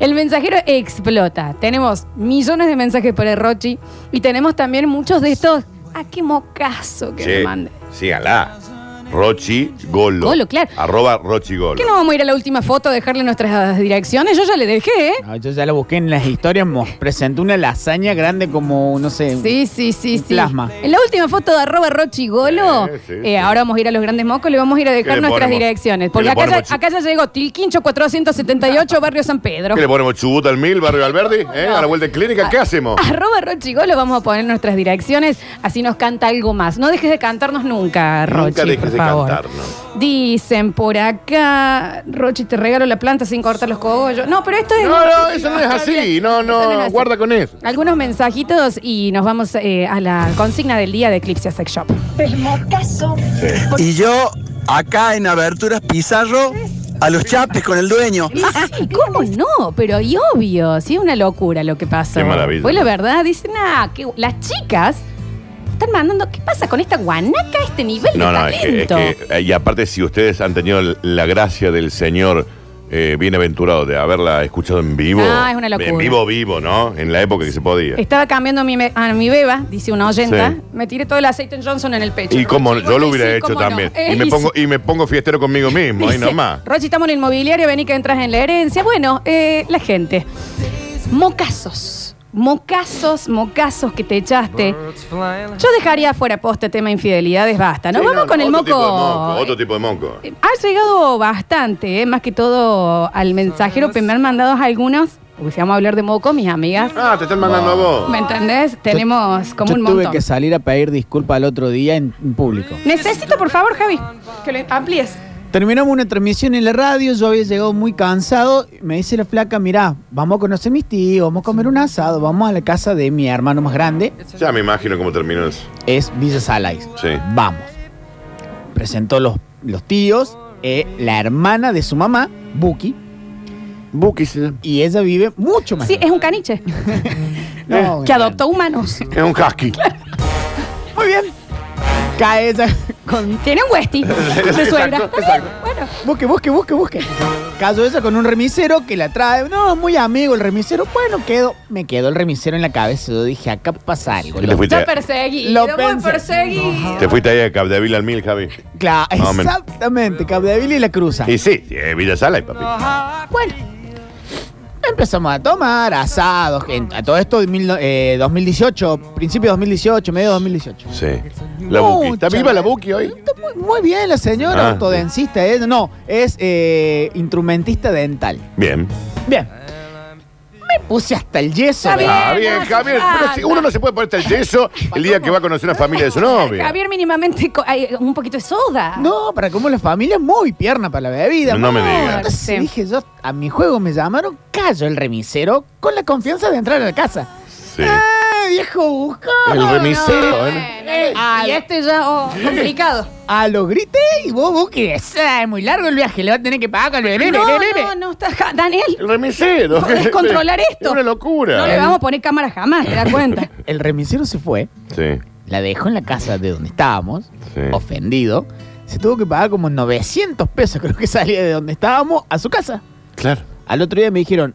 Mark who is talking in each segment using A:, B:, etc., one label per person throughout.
A: El mensajero explota. Tenemos millones de mensajes por el Rochi y tenemos también muchos de estos. ¡Ah, qué mocazo que
B: Sí,
A: me mande!
B: Síganla. Rochi Golo.
A: Golo, claro.
B: Arroba Rochi Golo.
A: ¿Qué no vamos a ir a la última foto a dejarle nuestras direcciones? Yo ya le dejé, ¿eh?
C: No, yo ya lo busqué en las historias, mos presentó una lasaña grande como, no sé.
A: Sí, sí, sí,
C: Un
A: sí.
C: plasma.
A: En la última foto de arroba rochigolo,
B: Sí, sí,
A: eh,
B: sí.
A: ahora vamos a ir a los grandes mocos, le vamos a ir a dejar
B: le
A: nuestras
B: ponemos?
A: direcciones.
B: ¿Qué
A: Porque
B: le
A: acá ya,
B: ponemos,
A: acá ya llegó Tilquincho 478, Barrio San Pedro.
B: ¿Qué le ponemos chubut al mil, barrio Alberdi? ¿Eh? A la vuelta de clínica,
A: Ah,
B: ¿qué hacemos?
A: Arroba rochigolo, vamos a poner nuestras direcciones, así nos canta algo más. No dejes de cantarnos nunca,
B: Nunca
A: Rochi,
B: dejes
A: por
B: de
A: favor.
B: cantarnos.
A: Dicen por acá, Rochi, te regalo la planta sin cortar los cogollos. No, pero esto es...
B: No, no, eso no es
A: Está
B: así.
A: bien.
B: No,
A: Esto es
B: no,
A: así.
B: guarda con eso.
A: Algunos mensajitos y nos vamos eh, a la consigna del día de Eclipse Sex Shop.
D: El mocazo.
E: Y yo, acá en Aberturas Pizarro, a los chapes con el dueño.
A: Ah, ¿y ¿Cómo no? Pero y obvio, sí es una locura lo que pasó.
B: Qué maravilla.
A: Pues la verdad, dicen, ah, que las chicas están mandando, ¿qué pasa con esta guanaca, este nivel
B: No,
A: de
B: no, es que, es
A: talento?
B: que- eh, Y aparte, si ustedes han tenido la gracia del Señor eh, bienaventurado de haberla escuchado en vivo.
A: Ah, es una locura. Este,
B: En vivo, vivo, ¿no? En la época que se podía.
A: Estaba cambiando a mi, be- a mi beba, dice una oyenta,
B: Sí.
A: me tiré todo el aceite en Johnson en el pecho.
B: Y como
A: Rochi,
B: yo lo
A: vos
B: hubiera
A: decís,
B: hecho
A: ¿cómo no?
B: también.
A: Eh,
B: Y me
A: sí.
B: pongo, y me pongo fiestero conmigo mismo, ahí
A: Dice,
B: nomás.
A: Rochi, estamos en el inmobiliario, vení que entras en la herencia. Bueno, eh, la gente. Mocazos. Mocazos, mocazos que te echaste. Yo dejaría fuera posta tema infidelidades, basta. ¿no?
B: Sí,
A: Vamos
B: no,
A: con
B: no,
A: el
B: otro
A: moco.
B: tipo de moco, Otro tipo de moco.
A: Eh, Ha llegado bastante, eh, más que todo al mensajero, pero me han mandado algunos. Porque si vamos a hablar de moco, mis amigas.
B: Ah, te están mandando a
A: ¿Me
B: vos.
A: entendés? Tenemos como
C: Yo
A: un
C: tuve
A: montón.
C: que salir a pedir disculpas al otro día en, en público.
A: Necesito, por favor, Javi, que lo amplíes.
C: Terminamos una transmisión en la radio, yo había llegado muy cansado. Me dice la flaca, mirá, vamos a conocer mis tíos, vamos a comer un asado, vamos a la casa de mi hermano más grande,
B: Ya me imagino cómo terminó eso.
C: es Villa Salais.
B: Sí.
C: Vamos. Presentó los, los tíos, eh, la hermana de su mamá, Buki,
B: Buki se llama.
C: y ella vive mucho más.
A: Sí,
C: lejos.
A: es un caniche
C: No,
A: que adoptó humanos.
B: Es un husky.
C: Muy bien. Cae ella con.
A: Tiene un Westy de suegra.
B: Exacto,
A: Está bien,
B: exacto.
A: Bueno,
C: Busque, busque, busque, busque. Cayó ella con un remisero que la trae. No, muy amigo el remisero. Bueno, quedo. Me quedó el remisero en la cabeza. Yo dije, acá pasa algo.
B: ¿Qué te fuiste?
A: está perseguido,
C: Lo
A: muy
C: pensé.
A: perseguido.
B: Te fuiste ahí a Capdevila al mil, Javi.
C: Claro,
B: Más o menos.
C: exactamente. Capdevila y la cruza.
B: Y sí, sí, eh, Villa Sala y papi.
C: Bueno, empezamos a tomar asados. en- A todo esto, mil no- eh, 2018, principio de 2018, medio de 2018.
B: Sí. La Buki. ¿Está
C: Mucha-
B: viva la Buki hoy?
C: Está muy, muy bien la señora,
B: Ah.
C: autodencista. eh. No, es eh, instrumentista dental.
B: Bien.
C: Bien. Me puse hasta el yeso.
A: Está
C: de-
A: bien.
B: Ah, bien,
A: no,
B: Javier.
A: Susana.
B: pero si uno no se puede poner el yeso el día que va a conocer una familia de su novio.
A: Javier mínimamente co- hay un poquito de soda. Eh,
C: No, para como la familia es muy pierna para la bebida.
B: No me
C: amor.
B: digas.
C: Entonces
A: Sí.
C: dije yo, a mi juego me llamaron, callo el remisero con la confianza de entrar a la casa.
B: Sí.
C: ¡Eh, viejo buscón!
B: El remisero, ¿eh?
A: Eh, y este ya, oh, complicado.
C: A los grites y vos, vos que es eh, muy largo el viaje, le va a tener que pagar con el bebé,
A: No,
C: bebé, bebé.
A: no, no está. ja- Daniel,
B: El remisero.
A: ¿Podés controlar esto?
B: Es una
A: no le
B: locura.
A: vamos a poner cámara jamás, te das cuenta.
C: El remisero se fue,
B: Sí.
C: la dejó en la casa de donde estábamos,
B: Sí.
C: ofendido. Se tuvo que pagar como 900 pesos, creo que salía de donde estábamos, a su casa.
B: Claro.
C: Al otro día me dijeron,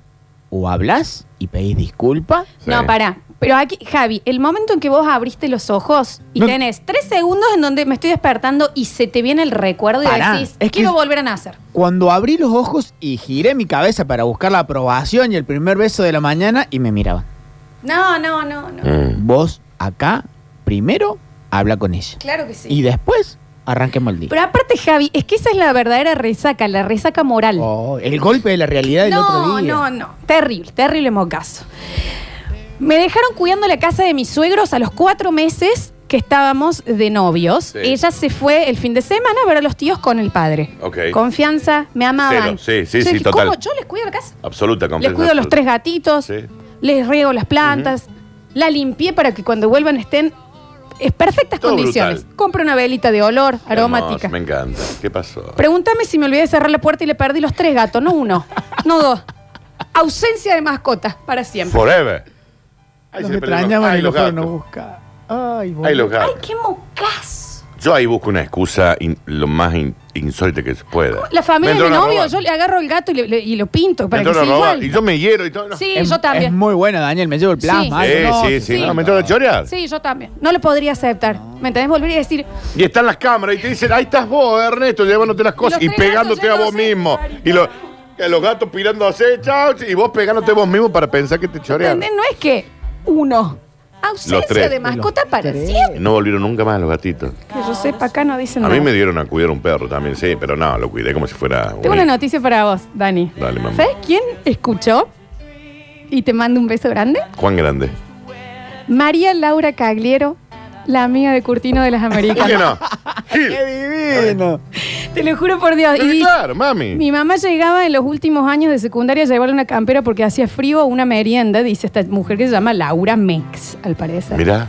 C: o hablas y pedís disculpas,
B: Sí.
A: No, pará. Pero aquí, Javi, el momento en que vos abriste los ojos y
C: No.
A: tenés tres segundos en donde me estoy despertando y se te viene el recuerdo y
C: Pará,
A: decís,
C: es que-
A: quiero volver a nacer.
C: Cuando abrí los ojos y giré mi cabeza para buscar la aprobación y el primer beso de la mañana y me miraba.
A: No, no, no, no.
B: Mm.
C: Vos acá primero habla con ella
A: Claro que sí.
C: y después arranquemos el día.
A: Pero aparte, Javi, es que esa es la verdadera resaca, la resaca moral.
C: Oh, el golpe de la realidad del
A: no,
C: otro día.
A: no, no. Terrible, terrible mocaso. Me dejaron cuidando la casa de mis suegros a los cuatro meses que estábamos de novios.
B: Sí.
A: Ella se fue el fin de semana a ver a los tíos con el padre.
B: Ok.
A: Confianza, me amaban.
B: Cero, sí, sí,
A: Yo
B: sí,
A: dije,
B: total.
A: ¿Cómo? Yo les cuido la casa.
B: Absoluta,
A: Les
B: completa,
A: cuido los
B: absoluta.
A: tres gatitos,
B: Sí.
A: les riego las plantas, la limpié para que cuando vuelvan estén en perfectas
B: Todo
A: condiciones.
B: brutal.
A: Compro una velita de olor, aromática.
B: Hermoso, me encanta. ¿Qué pasó?
A: Pregúntame si me olvidé de cerrar la puerta y le perdí los tres gatos, no uno, no dos. Ausencia de mascotas para siempre.
B: Forever. Ay,
C: Nos
B: se le perdió
C: extrañaban
B: uno. Ay,
C: y los fueron a
B: gatos.
C: buscar. Ay,
B: Ay,
C: boludo.
B: los
A: Ay,
B: gatos.
A: qué mocas.
B: Yo ahí busco una excusa in- lo más in- insólita que se pueda.
A: La familia
B: Me
A: de mi
B: entró a
A: novio,
B: robar.
A: yo le agarro el gato y, le- le- y lo pinto
B: Me
A: para que
B: entró a
A: sea
B: robar.
A: igual.
B: Y yo me hiero y todo. no.
A: Sí,
B: Eh,
A: yo
C: Es
A: también.
C: muy buena, Daniel. Me llevo el plasma.
A: Sí,
C: Ay, no,
B: sí, sí, Ah.
A: sí.
B: no, me entró a chorear.
A: Sí, yo también. No lo podría aceptar. ¿Me entendés? Volver y decir,
B: Y están las cámaras y te dicen, ahí estás vos, Ernesto, llevándote las cosas
A: Y
B: y,
A: los tres
B: pegándote a
A: gatos
B: vos
A: yéndose,
B: mismo.
A: Marita.
B: Y los, y los gatos pirándose, chao, y vos pegándote vos mismo para pensar que te chorean.
A: ¿entendés? No es que uno.
B: Los
A: Ausencia
B: tres.
A: de mascota
C: Los
A: para
C: tres.
A: siempre.
B: No volvieron nunca más los gatitos.
A: Que yo sepa, acá no dicen
B: A
A: nada.
B: mí me dieron a cuidar un perro también, sí, pero no, lo cuidé como si fuera un
A: Tengo una
B: hijo.
A: noticia para vos, Dani.
B: Dale, mamá.
A: ¿Sabes quién escuchó? Y te mando un beso grande.
B: Juan Grande.
A: María Laura Cagliero, la amiga de Curtino de las
B: ¿Por qué
A: Américas.
B: no? Gil.
C: Qué divino.
A: Te lo juro por Dios.
B: Pero
A: Y
B: claro, mami.
A: mi mamá llegaba en los últimos años de secundaria a llevarle una campera porque hacía frío o una merienda, dice esta mujer que se llama Laura Mex, al parecer.
B: Mirá,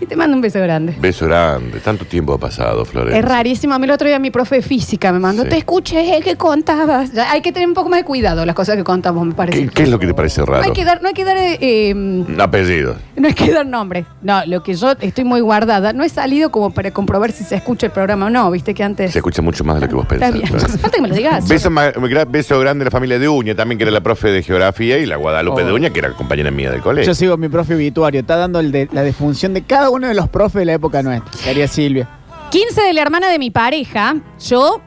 A: Y te mando un beso grande.
B: beso grande. Tanto tiempo ha pasado, Florencia.
A: Es rarísimo. A mí el otro día mi profe de física me mandó,
B: Sí.
A: te escuché, que contabas? Ya, hay que tener un poco más de cuidado las cosas que contamos, me parece.
B: ¿Qué, qué es lo que te parece
A: No
B: raro?
A: hay que dar, no hay que dar, eh, eh,
B: Apellidos.
A: no hay que dar nombre. No, lo que yo estoy muy guardada. No he salido como para comprobar si se escucha el programa o no, viste que antes.
B: Se escucha mucho más de lo que vos
A: Está
B: pensás.
A: bien.
B: Florencia.
A: Falta que me lo digas.
B: Beso, ma- gra- beso grande a la familia de Uña, también que era la profe de geografía y la Guadalupe
C: Oh.
B: de Uña, que era compañera mía del colegio.
C: Yo sigo a mi profe obituario. Está dando el de- la defunción de cada uno de los profes de la época nuestra. Sería Silvia.
A: 15 de la hermana de mi pareja, yo,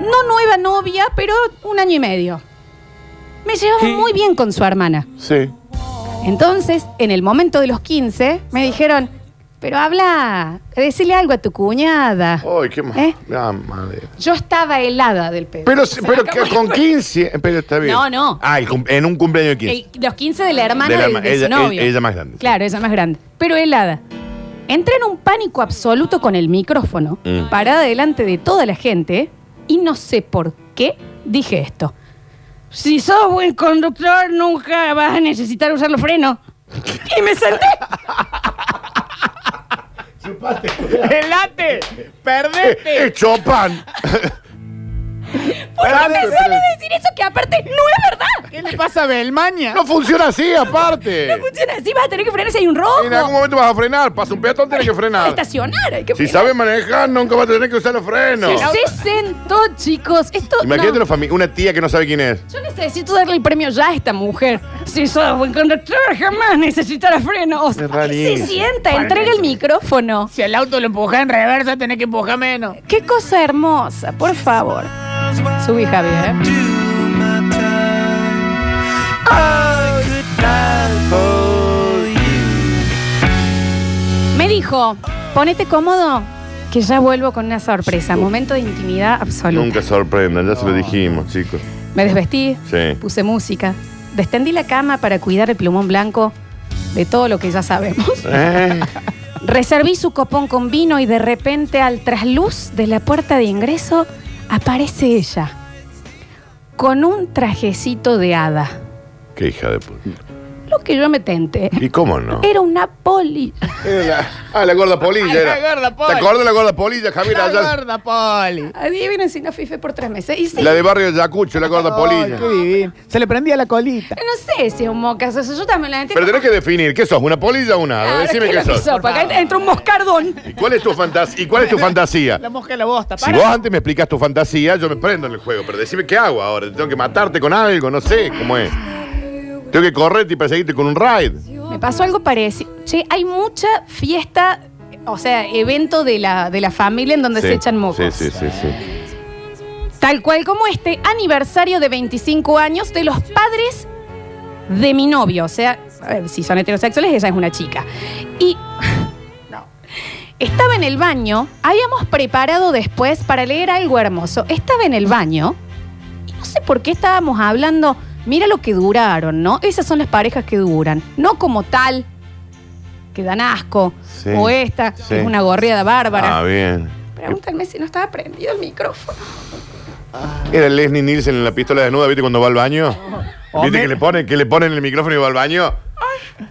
A: no nueva novia, pero un año y medio. Me llevaba muy bien con su hermana.
B: Sí.
A: Entonces, en el momento de los 15, me dijeron, pero habla, decirle algo a tu cuñada.
B: Ay, qué ma-
A: ¿Eh?
B: Ah, madre.
A: Yo estaba helada del pedo.
B: Pero,
A: Se
B: si- pero
A: me
B: que
A: acabó
B: con
A: el-
B: 15. Pero está bien.
A: No, no.
B: Ah, el cum- en un cumpleaños de 15.
A: el- los 15 de la hermana
B: De
A: de,
B: la herma-
A: de su
B: ella-
A: novio.
B: ella más grande, sí.
A: Claro, ella más grande. Pero helada. Entré en un pánico absoluto con el micrófono,
B: Mm.
A: parada delante de toda la gente, y no sé por qué dije esto. Si sos buen conductor, nunca vas a necesitar usar los frenos. Y me senté.
C: ¡Elate!
B: Eh,
C: ¡Perdete!
B: eh, Chopin.
A: ¿Por qué me
B: Pará,
A: sale
B: pero-
A: decir eso que aparte no es verdad?
C: ¿Qué le pasa a Belmaña?
B: No funciona así, aparte.
A: Funciona así, vas a tener que frenar si hay un rojo.
B: En algún momento vas a frenar. Pasa un peatón, tienes que frenar.
A: Estacionar, hay que
B: Si
A: frenar.
B: sabes manejar, nunca vas a tener que usar los frenos.
A: Se sentó, chicos. Esto.
B: Imagínate
A: no.
B: una fami- una tía que no sabe quién es.
A: Yo necesito darle el premio ya a esta mujer. Si sos buen conductor, jamás necesitará frenos.
B: Es rarísimo.
A: Se sienta, entrega el micrófono.
C: Si el auto lo empuja en reversa, tenés que empujar menos.
A: Qué cosa hermosa, por favor. Subí, ¿eh? Javier. Me dijo, ponete cómodo, que ya vuelvo con una sorpresa. Momento de intimidad absoluta.
B: Nunca sorprendan, ya se lo dijimos, chicos.
A: Me desvestí,
B: Sí.
A: puse música, destendí la cama para cuidar el plumón blanco de todo lo que ya sabemos.
B: Eh,
A: Reserví su copón con vino y de repente al trasluz de la puerta de ingreso aparece ella con un trajecito de hada.
B: Qué hija de puta.
A: Lo que yo me tenté.
B: ¿Y cómo no?
A: Era una poli.
B: Era la- ah, la gorda polilla
C: Eh. Ay,
B: era.
C: la gorda
B: ¿Te
C: poli.
B: acordás de la gorda polilla, Javier?
C: La
B: Allá-
C: gorda, Poli.
A: Adivinen si no fife por tres meses. Y sí,
B: la de barrio de Yacucho, la gorda polilla.
C: Ay, qué divino. Se le prendía la colita.
A: no sé si es un mocaso. eso Yo también la entiendo.
B: Pero tenés que definir, ¿qué sos? ¿Una polilla o una? hada?
A: Claro,
B: Decime
A: que
B: qué
A: la
B: sos.
A: hizo, porque acá entra un moscardón.
B: ¿Y cuál es tu fantasía? ¿Y cuál es tu fantasía?
C: La mosca de la bosta.
B: Si vos antes me explicas tu fantasía, yo me prendo en el juego. Pero decime qué hago ahora. Tengo que matarte con algo, no sé cómo es. Tengo que correrte y perseguirte con un raid.
A: Me pasó algo parecido. Che, hay mucha fiesta, o sea, evento de la, de la familia en donde se echan mocos.
B: Sí, sí, sí, sí.
A: Tal cual como este aniversario de 25 años de los padres de mi novio. O sea, a ver, si son heterosexuales, ella es una chica. Y. No. Estaba en el baño, habíamos preparado después para leer algo hermoso. Estaba en el baño y no sé por qué estábamos hablando. Mira lo que duraron, ¿no? Esas son las parejas que duran. No como tal, que dan asco.
B: Sí.
A: O esta, que
B: Sí.
A: es una gorreada bárbara.
B: Ah, bien.
A: Pregúntame si no estaba prendido el micrófono.
B: Era Leslie Nielsen en la pistola desnuda, ¿viste cuando va al baño? ¿Viste
A: Oh,
C: Hombre.
B: que le ponen, que le ponen el micrófono y va al baño?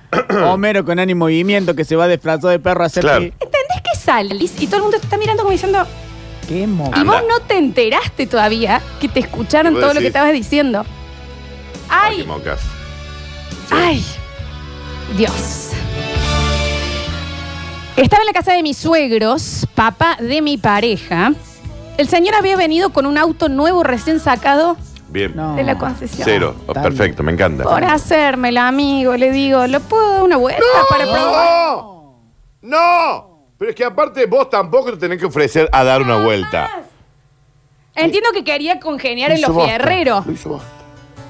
C: Homero con ánimo y movimiento que se va disfrazado de perro a hacer
B: Claro.
C: pi-
A: ¿Entendés que salís y todo el mundo te está mirando como diciendo,
C: Qué
A: y
C: mosca.
B: Anda.
A: vos no te enteraste todavía que te escucharon
B: Vos
A: todo lo que
B: decís.
A: estabas diciendo?
B: Qué
A: ¡Ay!
B: mocas.
A: ¡Ay! Dios. Estaba en la casa de mis suegros, papá de mi pareja, El señor había venido con un auto nuevo recién sacado
B: Bien.
C: No.
A: de la concesión.
B: Cero. Oh,
C: Tan-
B: perfecto, me encanta.
A: Por hacérmela, amigo, le digo, ¿lo puedo dar una vuelta para probar?
B: ¡No! ¡No! Pero es que aparte vos tampoco te tenés que ofrecer a dar una vuelta.
A: Entiendo que quería congeniar
B: Lo
A: en los
B: hizo bosta,
A: fierreros.
B: Lo hizo bosta.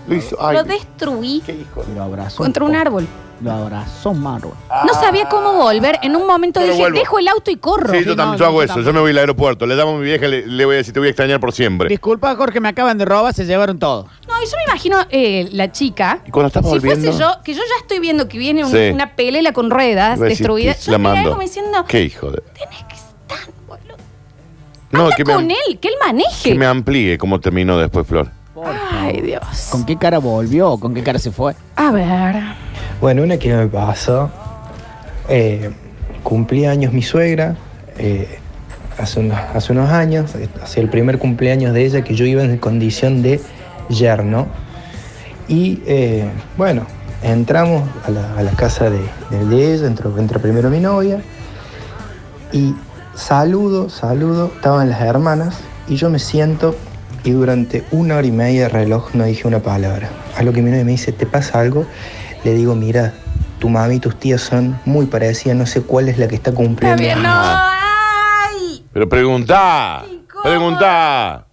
B: Lo hizo. Ay,
A: Lo destruí
B: qué hijo de-
C: Lo abrazó.
A: contra un árbol.
C: Lo abrazó Marvel.
A: No sabía cómo volver. En un momento
B: Yo Ah. lo
A: dije,
B: vuelvo.
A: dejo el auto y corro.
B: Sí, yo
C: no,
B: también yo
C: yo
B: hago eso.
C: tampoco.
B: Yo me voy al aeropuerto. Le llamo a mi vieja, le, le voy a decir, te voy a extrañar por siempre.
C: Disculpa, Jorge, me acaban de robar, se llevaron todo.
A: No, y yo me imagino eh, la chica.
B: Y cuando estás
A: si
B: volviendo-
A: fuese yo, que yo ya estoy viendo que viene un-
B: Sí.
A: una pelela con ruedas
B: Le voy a decir,
A: destruida,
B: "Te-
A: yo
B: la
A: me
B: mando.
A: como diciendo,
B: ¿Qué hijo de.?
A: tenés que estar, boludo.
B: No,
A: Habla
B: que me,
A: con
B: am-
A: él, que él maneje.
B: que me amplíe cómo terminó después, Flor.
A: Ay, Dios.
C: ¿Con qué cara volvió? ¿Con qué cara se fue?
A: A ver.
D: Bueno, una que me pasó, eh, cumplía años mi suegra, eh, hace, unos, hace unos años, eh, hacia el primer cumpleaños de ella que yo iba en condición de yerno. Y eh, bueno, entramos a la, a la casa de, de- de ella, entró, entra primero mi novia, y saludo, saludo, estaban las hermanas, y yo me siento y durante una hora y media de reloj no dije una palabra. A lo que mi novia me dice, ¿te pasa algo? Le digo, mira, tu mami y tus tías son muy parecidas, no sé cuál es la que está
A: Está
D: cumpliendo.
A: bien, no. Ay.
B: Pero preguntá.
A: Qué incómodo.
B: Preguntá.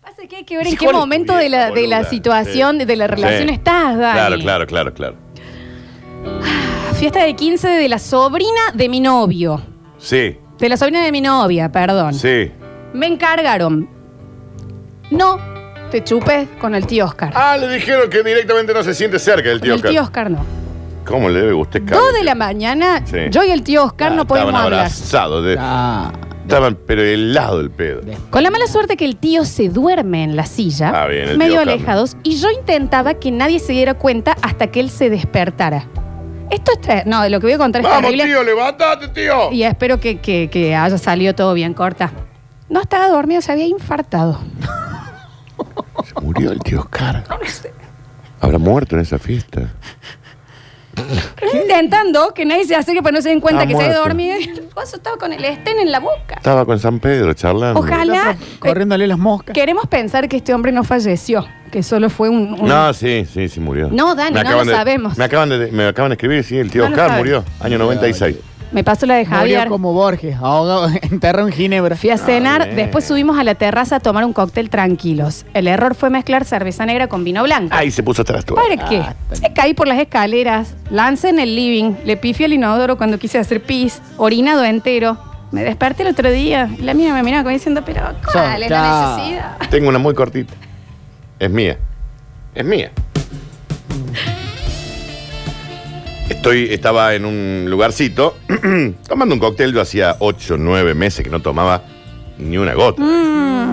A: Pasa que hay que ver en
B: Sí,
A: qué
B: ¿cuál es tu
A: momento de
B: vieja,
A: la, de la
B: boluda?
A: situación,
B: Sí.
A: de la relación
B: Sí.
A: estás, Dani.
B: Claro, claro, claro, claro.
A: Fiesta de 15 de la sobrina de mi novio.
B: Sí,
A: De la sobrina de mi novia, perdón.
B: sí.
A: Me encargaron. No te chupes con el tío Oscar.
B: Ah, le dijeron que directamente no se siente cerca del
A: con
B: tío
A: el
B: Oscar.
A: tío Oscar no.
B: ¿Cómo le debe usted caer?
A: Dos de la mañana,
B: Sí.
A: yo y el tío Oscar no podíamos
B: Ah, Estaban
A: hablar.
B: abrazados. de-
C: Ah,
B: Estaban, pero helado el pedo.
A: Con la mala suerte que el tío se duerme en la silla,
B: Ah, bien, el
A: medio
B: tío Oscar, ¿no?
A: alejados, y yo intentaba que nadie se diera cuenta hasta que él se despertara. Esto es... tra- No, lo que voy a contar es
B: Vamos,
A: terrible.
B: tío, levántate, tío.
A: Y espero que, que- que haya salido todo bien corta. No estaba dormido, se había infartado.
B: Se murió el tío Oscar. Habrá muerto en esa fiesta.
A: Intentando que nadie se acerque para no se den cuenta
B: Está
A: que se había
B: muerto.
A: dormido. Y el vaso estaba con el estén en la boca.
B: Estaba con San Pedro charlando.
A: Ojalá. eh,
C: corriéndole las moscas.
A: queremos pensar que este hombre no falleció, que solo fue un. un-
B: No, sí, sí, sí murió.
A: No, Dani,
B: Me
A: no
B: acaban
A: lo
B: de-
A: sabemos.
B: Me acaban, de, me acaban de escribir, sí, el tío
A: No lo
B: Oscar
A: sabe.
B: murió, año 96.
A: Me pasó la de Javier.
C: Murió como Borges, ahogado, enterrado en Ginebra.
A: Fui a cenar,
B: Ah, bien.
A: después subimos a la terraza a tomar un cóctel tranquilos. El error fue mezclar cerveza negra con vino blanco.
B: Ahí se puso atrás todo.
A: ¿Para qué?
C: Ah, está
A: Me caí por las escaleras, lancé en el living, le pifié el inodoro cuando quise hacer pis, orinado entero. Me desperté el otro día y la mía me miraba como diciendo, pero ¿cuál es la
C: Chao.
A: necesidad?
B: Tengo una muy cortita. Es mía. Es mía. Estoy, estaba en un lugarcito tomando un cóctel. Yo hacía 8, 9 meses que no tomaba ni una gota.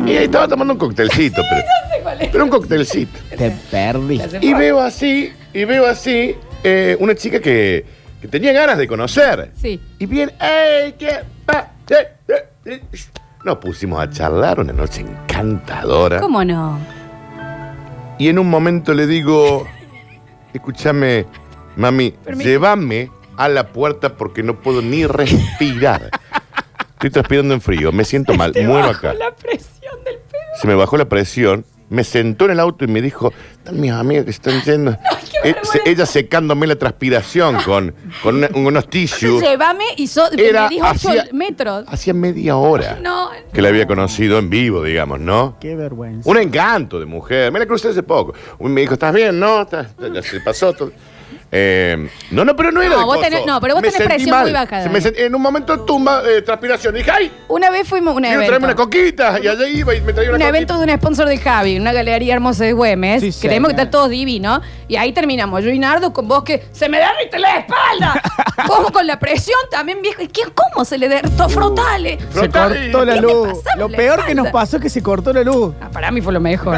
B: Y ahí estaba tomando un cóctelcito, pero, pero un cóctelcito.
C: Te perdiste.
B: Y veo así, y veo así eh, una chica que, que tenía ganas de conocer.
A: Sí.
B: Y bien, ¡ey! ¿Qué pa- eh, eh, eh! Nos pusimos a charlar una noche encantadora.
A: ¿Cómo no?
B: Y en un momento le digo, escúchame, mami, llévame a la puerta porque no puedo ni respirar. Estoy transpirando en frío, me siento mal, muero acá.
A: la presión del pedo.
B: Se me bajó la presión, me sentó en el auto y me dijo, están mis amigas que están yendo.
A: qué
B: Eh, se- ella secándome la transpiración con, con una- unos tissues.
A: Llévame y so
B: Era
A: me dijo 8
B: hacía-
A: metros.
B: Hacía media hora
A: No.
B: que la había conocido en vivo, digamos, ¿no?
C: Qué vergüenza.
B: Un encanto de mujer. Me la crucé hace poco. Un- Me dijo, ¿estás bien? No, ¿Estás- ya se pasó todo. Eh, no, no, pero no era
A: No,
B: de
A: vos
B: coso.
A: tenés- no, pero vos
B: Me
A: tenés
B: sentí
A: presión
B: mal.
A: muy baja,
B: Se me
A: Dani.
B: sent- en un momento tumba, eh, transpiración. Dije, ¡ay!
A: Una vez fuimos a un
B: Quiero
A: evento.
B: traerme una coquita. Y allá iba y me traía una
A: Un
B: coquita.
A: evento de un sponsor del Javi, una galería hermosa de Güemes.
C: Sí,
A: Creemos que
C: señor.
A: está todo divino. Y ahí terminamos. Yo y Nardo con vos que se me derrite la espalda. Vos con la presión también, viejo. ¿Y qué- ¿Cómo se le
B: Uh.
A: derrito frotales?
C: Se
B: Frotale.
C: cortó la
A: ¿Qué te
C: luz.
A: pasaba
C: Lo
A: la
C: peor que nos
A: espalda?
C: pasó es que se cortó la luz.
A: Ah, para mí fue lo mejor.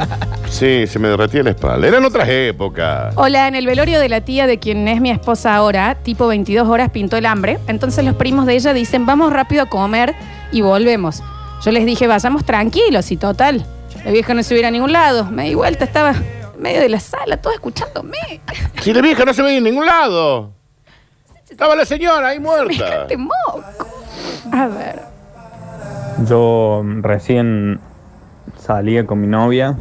B: Sí, se me derretía la espalda. Eran otras épocas.
A: Hola, en el velorio de la tía de quien es mi esposa ahora, tipo 22 horas pintó el hambre. Entonces los primos de ella dicen, vamos rápido a comer y volvemos. Yo les dije, vayamos tranquilos y total. La vieja no se hubiera a ningún lado. Me di vuelta, estaba en medio de la sala, todo escuchándome.
B: Si la vieja no se veía en ningún lado. Estaba la señora ahí
A: este
B: muerta.
A: Semejante moco. A ver.
F: Yo mm, recién salía con mi novia,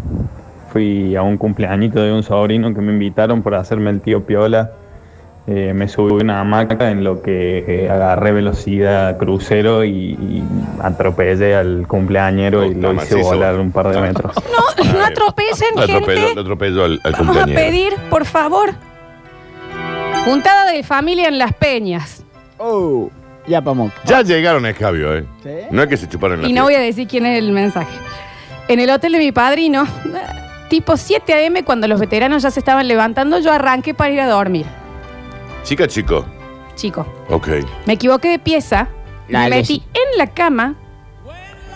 F: fui a un cumpleañito de un sobrino que me invitaron por hacerme el tío Piola. Eh, me subí a una hamaca en lo que eh, agarré velocidad crucero y, y atropellé al cumpleañero y
B: Puta,
F: lo hice
B: macizo.
F: volar un par de metros.
A: No, no atropellen,
B: Lo atropelló,
A: gente.
B: lo atropelló al, al
A: Vamos a
B: cumpleañero.
A: pedir, por favor. Juntada de familia en las peñas.
C: Oh, ya vamos.
B: Ya llegaron a escabio, ¿eh?
C: Sí.
B: No es que se chuparon la
A: Y no voy
B: piel.
A: a decir quién es el mensaje. En el hotel de mi padrino, tipo 7 a.m., cuando los veteranos ya se estaban levantando, yo arranqué para ir a dormir.
B: Chica, chico.
A: Chico,
B: Ok.
A: me equivoqué de pieza,
C: La
A: me
C: ley.
A: metí en la cama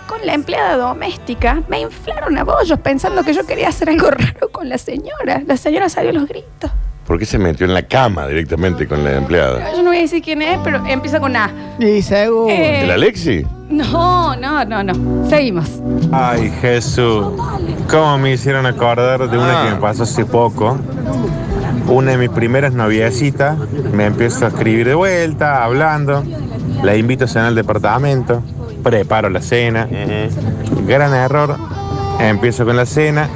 A: con la empleada doméstica. Me inflaron a bollos pensando que yo quería hacer algo raro con la señora. La señora salió a los gritos.
B: ¿Por qué se metió en la cama directamente con la empleada?
A: Yo no voy a decir quién es, pero empieza con A.
C: Y seguro.
A: Eh,
B: ¿El Alexi?
A: No, no, no, no. Seguimos.
F: Ay, Jesús. ¿Cómo me hicieron acordar de una
B: Ah.
F: que me pasó hace poco? Una de mis primeras noviecitas me empiezo a escribir de vuelta, hablando. La invito a cenar al departamento, preparo la cena. Gran error, empiezo con la cena,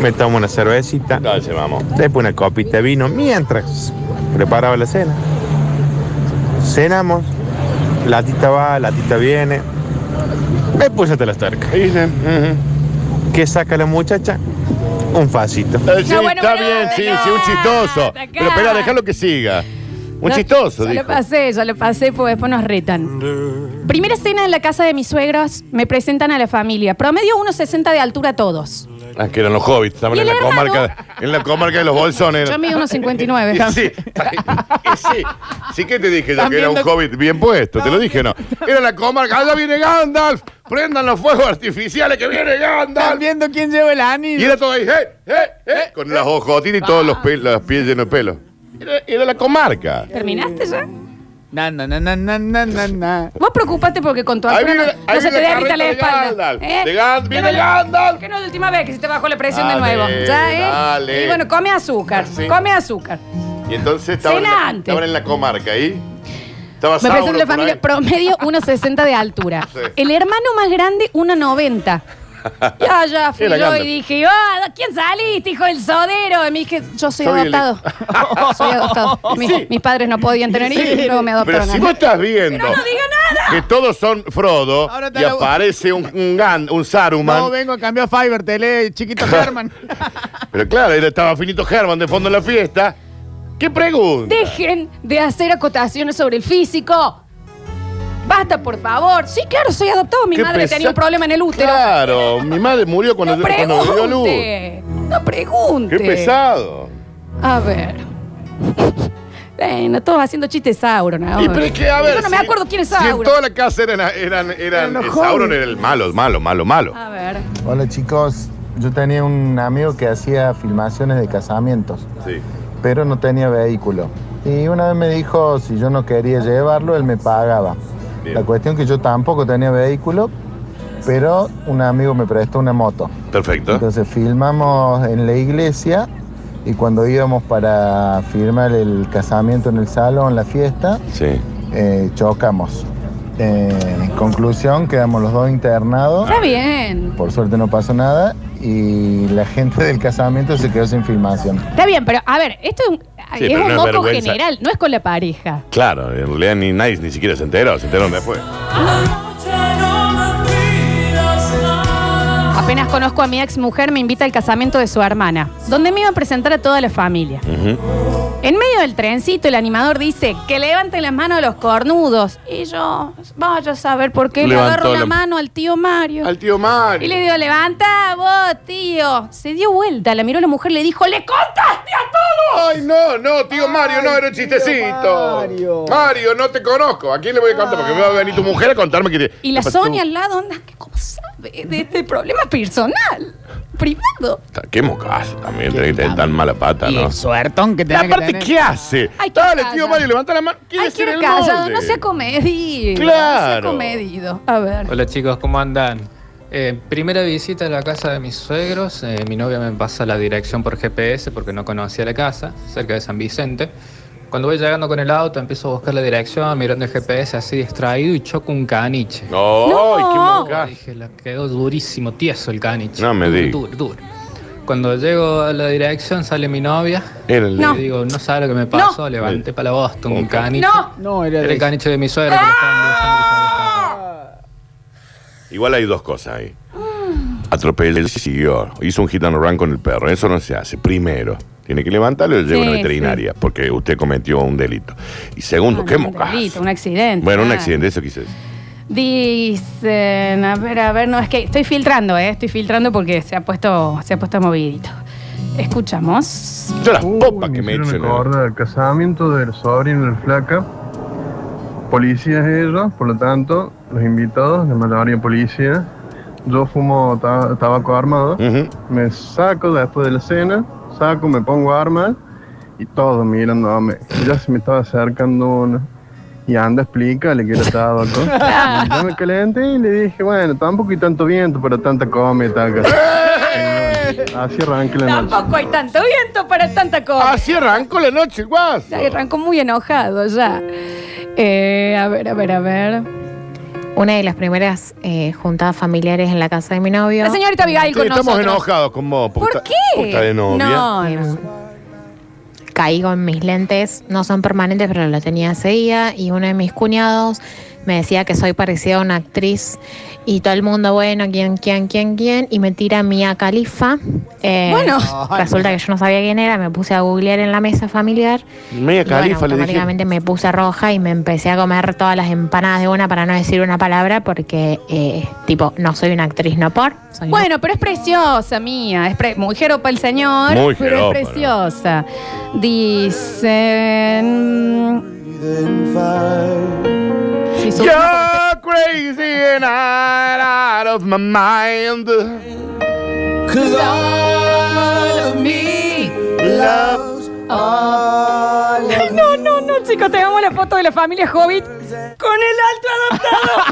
F: me tomo una cervecita,
B: Entonces, vamos.
F: después una copita de vino mientras preparaba la cena. Cenamos, la tita va, la tita viene. Me puse hasta las tarcas. ¿Qué saca la muchacha? Un facito.
B: Eh, sí,
A: No, bueno,
B: está
A: bueno,
B: bien, sí,
A: no,
B: sí, un chistoso.
A: hasta acá.
B: Pero espera, déjalo que siga. Un
A: No,
B: chistoso,
A: Ya
B: dijo.
A: lo pasé, ya lo pasé, porque después nos retan. Primera cena en la casa de mis suegros, me presentan a la familia. Promedio 1,60 de altura todos.
B: Ah, que eran los hobbits, estaban
A: ¿Y
B: en
A: el
B: la
A: hermano?
B: comarca, en la comarca de los bolsones.
A: Yo mido
B: Y
A: 1,59.
B: Sí, y sí, sí que te dije yo
A: Están
B: que era un
A: viendo-
B: hobbit bien puesto, te lo dije, ¿no? Era la comarca, allá viene Gandalf, prendan los fuegos artificiales que viene
C: Están
B: Gandalf.
C: viendo quién lleva el
B: Y
C: anillo.
B: era todo ahí, ¡eh, eh, eh! Con las ojotitas y todos los, pe- los pies llenos de pelo. Era, era la comarca.
A: ¿Terminaste ya?
C: Na, na, na, na, na, na, na, na.
A: Vos preocupate porque con tu
B: Ahí
A: altura
B: viene,
A: no- no,
B: ahí
A: se
B: viene
A: te
B: la
A: derrita
B: carreta
A: la
B: de
A: espalda.
B: Gandalf. De Gandalf, viene Gandalf.
A: Que no es la última vez que se te bajó la presión de
B: Dale,
A: nuevo. Ya, ¿eh?
B: dale.
A: Y bueno, come azúcar,
B: Ah, sí.
A: come azúcar.
B: Y entonces estaban, en
A: Cena
B: la,
A: antes.
B: estaban en la comarca ahí. Estaba
A: Me
B: Sauron
A: presento en la
B: por
A: familia
B: ahí.
A: promedio 1,60 de altura.
B: Sí.
A: El hermano más grande, 1,90. Ya, ya fui
B: Era
A: yo
B: grande.
A: y dije, "Ah, ¿quién saliste, hijo del sodero? Y me dije, yo soy,
B: Soy el-
A: adoptado. soy adoptado. Mi-
B: Sí.
A: Mis padres no podían tener hijos y luego me
B: Pero
A: adoptaron.
B: si
A: a mí.
B: vos estás viendo
A: no diga nada.
B: que todos son Frodo
C: Ahora te
B: y
C: la-
B: aparece un, un, Gan- un Saruman.
C: No, vengo a cambiar a Fiverr, tele, chiquito Herman.
B: Pero claro, él estaba finito Herman de fondo en la fiesta. ¿Qué pregunta?
A: Dejen de hacer acotaciones sobre el físico. Basta, por favor. Sí, claro, soy adoptado. Mi
B: Qué
A: madre
B: pesa-
A: tenía un problema en el útero.
B: Claro, mi madre murió cuando,
A: no
B: cuando dio a luz.
A: pregunte. No pregunte.
B: Qué pesado.
A: A ver. Bueno, todos haciendo chistes Sauron ahora.
B: Y pero es que, a ver,
A: Ah, Yo no me
B: si-
A: acuerdo quién es
B: Si en
A: Sauron.
B: toda la casa eran. eran, eran eh,
C: los
B: Sauron
C: hobbits.
B: era el malo, malo, malo, malo.
A: A ver.
G: Hola chicos, yo tenía un amigo que hacía filmaciones de casamientos,
B: Sí.
G: pero no tenía vehículo. Y una vez me dijo si yo no quería llevarlo, él me pagaba.
B: Bien.
G: La cuestión que yo tampoco tenía vehículo, pero un amigo me prestó una moto.
B: Perfecto.
G: Entonces filmamos en la iglesia y cuando íbamos para firmar el casamiento en el salón, la fiesta,
B: Sí.
G: eh, chocamos. Eh, en conclusión, quedamos los dos internados.
A: Está bien.
G: Por suerte no pasó nada y la gente del casamiento se quedó sin filmación.
A: Está bien, pero a ver, esto es un, es
B: pero
A: un
B: no es
A: moco
B: vergüenza.
A: general, no es con la pareja.
B: Claro, en realidad ni nadie ni siquiera se enteró, se enteraron después.
A: Apenas conozco a mi ex mujer, me invita al casamiento de su hermana, donde me iba a presentar a toda la familia. En medio del trencito, el animador dice que levanten las manos a los cornudos. Y yo, vaya a saber por qué le
B: Levantó
A: agarro la,
B: la-
A: mano al tío Mario.
B: Al tío Mario.
A: Y le digo, levanta vos, tío. Se dio vuelta, la miró la mujer, le dijo, ¡le contaste a todos!
B: Ay, no, no, tío Mario, no, era un chistecito.
C: Mario.
B: Mario, no te conozco. ¿A quién le voy a contar? Porque me va a venir tu mujer a contarme que te.
A: Y la
B: Apa,
A: Sonia
B: tú-
A: al lado, anda, ¿qué- ¿cómo sabe de este problema personal? Privado.
B: Ta- Qué mocazo también, tenés que tener tan mala pata,
C: Y
B: ¿no?
C: el suertón que tenía
B: La
C: que
B: parte,
C: tener.
B: ¿qué hace?
A: Ay, qué
B: Dale,
A: calla.
B: tío Mario, levanta la mano. Quiere
A: Ay,
B: ser
A: quiero
B: el
A: callado,
B: molde.
A: no sea comedido.
B: Claro.
A: No sea comedido. A ver.
H: Hola chicos, ¿cómo andan? Eh, primera visita a la casa de mis suegros. eh, mi novia me pasa la dirección por GPS porque no conocía la casa, cerca de San Vicente. Cuando voy llegando con el auto, empiezo a buscar la dirección, mirando el GPS así distraído y choco un caniche.
B: ¡Ay, qué
A: No.
B: mocazo!
H: Dije, la quedó durísimo, tieso el caniche.
B: No me
H: Duro,
B: digas.
H: Duro, duro. Cuando llego a la dirección, sale mi novia.
B: Era el-
A: No.
H: Le digo, no sabe lo que me pasó, levanté para la Boston un
B: Ok.
H: caniche.
A: No.
C: No, era
H: Era
C: de
H: el caniche de mi suegra que lo estaban buscando, que se había escapado.
B: Igual hay dos cosas ahí. Atropelló, siguió, hizo un hit and run con el perro. Eso no se hace. Primero, tiene que levantarlo y lo lleva a una
A: Sí,
B: veterinaria, porque usted cometió un delito. Y segundo,
A: Ah,
B: qué
A: un
B: mocazo.
A: delito, un accidente,
B: Bueno, un
A: claro.
B: accidente, eso quise decir.
A: Dicen, a ver, a ver, no, es que estoy filtrando, ¿eh? Estoy filtrando porque se ha puesto, se ha puesto movidito. Escuchamos.
B: Yo las
I: Uy,
B: popas que me
I: hicieron
B: echen. ¿eh? ¿no?
I: acordar el casamiento del sobrino del flaca. Policías ellos, por lo tanto, los invitados, la mayoría policía. Yo fumo ta- tabaco armado.
B: Ujú.
I: Me saco después de la cena, saco, me pongo armas y todos mirándome. Ya se me estaba acercando uno. Y anda, explícale que era tabaco. Y yo me calenté y le dije, bueno, tampoco hay tanto viento para tanta comida y tal cosa. Y bueno, Así arranqué la noche.
A: Tampoco hay tanto viento para tanta cosa.
B: Así arrancó la noche, guas.
A: Ya Arrancó muy enojado ya. Eh, a ver, a ver, a ver.
J: Una de las primeras eh, juntadas familiares en la casa de mi novio.
A: La señorita Abigail
B: Sí,
A: con
B: estamos
A: nosotros.
B: enojados con vos. porque
A: ¿Por
B: está-
A: qué?
B: Puta de novia.
A: No,
J: Eh,
A: no.
J: caí con mis lentes, no son permanentes, pero lo tenía ese día. Y uno de mis cuñados me decía que soy parecida a una actriz. Y todo el mundo, bueno, quién, quién, quién, quién. Y me tira Mía Califa. Eh,
A: Bueno.
J: Resulta que yo no sabía quién era, me puse a googlear en la mesa familiar.
B: Media
J: Y bueno,
B: califa le dije.
J: automáticamente me puse roja y me empecé a comer todas las empanadas de una para no decir una palabra porque, eh, tipo, no soy una actriz, no por. Soy una
A: Bueno, pero es preciosa, mía. Es pre- muy jeropa el señor.
B: Muy
A: pero
B: jeropa,
A: es preciosa. Dicen. Si su-
B: You're Oh, crazy and I'm out of my mind.
A: Ay, no, no, no, chicos, tenemos la foto de la familia Hobbit con el alto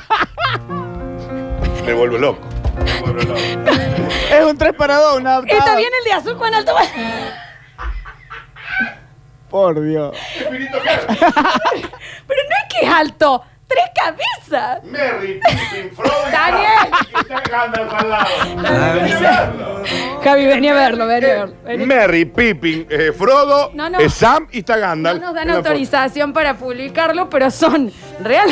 A: adoptado.
B: Me vuelvo loco. Me vuelvo loco.
C: Es un 3 para 2, un adaptado.
A: Está bien el de azul con alto.
C: Por Dios.
A: Pero no es que es alto, tres cabezas.
B: Merry,
A: Daniel. Javi, vení a verlo, vení a verlo. vení.
B: Merry, Pippin, eh, Frodo,
A: No, no.
B: eh, Sam y está
A: No
B: Gandalf.
A: nos dan
B: En la
A: autorización para publicarlo, pero son real.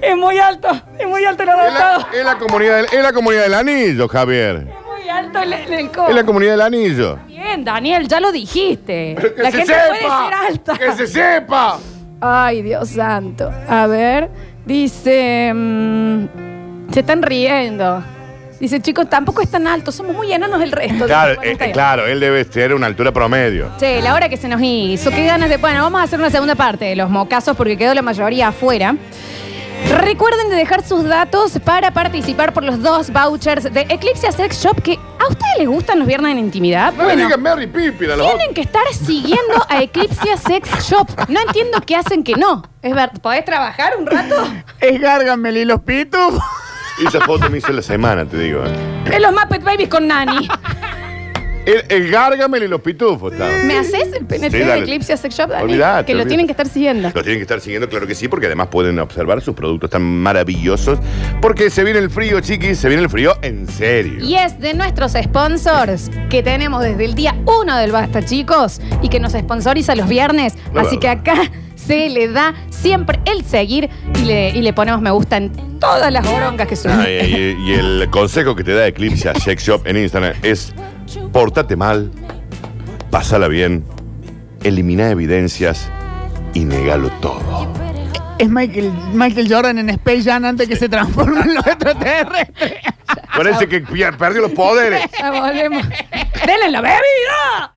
A: Es muy alto, es muy alto el
B: foto. Es
A: adoptado.
B: la, es la comunidad del, es la comunidad del anillo, Javier.
A: Es muy alto el, el co-
B: Es la comunidad del anillo.
A: Bien, Daniel, ya lo dijiste.
B: Pero que
A: la
B: se
A: gente
B: sepa.
A: puede ser alta.
B: Que se sepa.
A: Ay, Dios santo. A ver, dice. mm, se están riendo. Dice, chicos, tampoco es tan alto, somos muy enanos el resto.
B: Claro,
A: Dice, bueno,
B: eh,
A: está bien.
B: claro, él debe ser una altura promedio.
A: Che, la hora que se nos hizo, qué ganas de. Bueno, vamos a hacer una segunda parte de los mocazos porque quedó la mayoría afuera. Recuerden de dejar sus datos para participar por los dos vouchers de Eclipse Sex Shop que a ustedes les gustan los viernes en intimidad.
B: No le
A: Bueno,
B: digan Merry Pippin a los
A: tienen que estar siguiendo a Eclipse Sex Shop. No entiendo qué hacen que no. Es ver, ¿podés trabajar un rato?
C: Es Gargamel y los pitos.
B: otros. Esa foto me hice la semana, te digo. eh.
A: Es los Muppet Babies con Nani.
B: El, el Gargamel y los pitufos, estaba.
A: ¿Me haces el PNT
B: Sí,
A: de
B: dale.
A: Eclipse Sex Shop, Dani?
B: Olvidate,
A: que lo
B: olvidate.
A: tienen que estar siguiendo.
B: Los tienen que estar siguiendo, claro que sí, porque además pueden observar sus productos tan maravillosos. Porque se viene el frío, chiquis, se viene el frío en serio.
A: Y es de nuestros sponsors que tenemos desde el día 1 del Basta, chicos, y que nos sponsoriza los viernes.
B: La
A: Así
B: verdad.
A: que acá se le da siempre el seguir y le, y le ponemos me gusta en todas las broncas que son.
B: Ah, y, y- y el consejo que te da Eclipse a Sex Shop en Instagram es portate mal, pásala bien, elimina evidencias y negalo todo.
C: Es Michael, Michael Jordan en Space Jam antes que se transforme en los extraterrestres.
B: Parece que pier- perdió los poderes.
A: Ya volvemos. ¡Denle la bebida!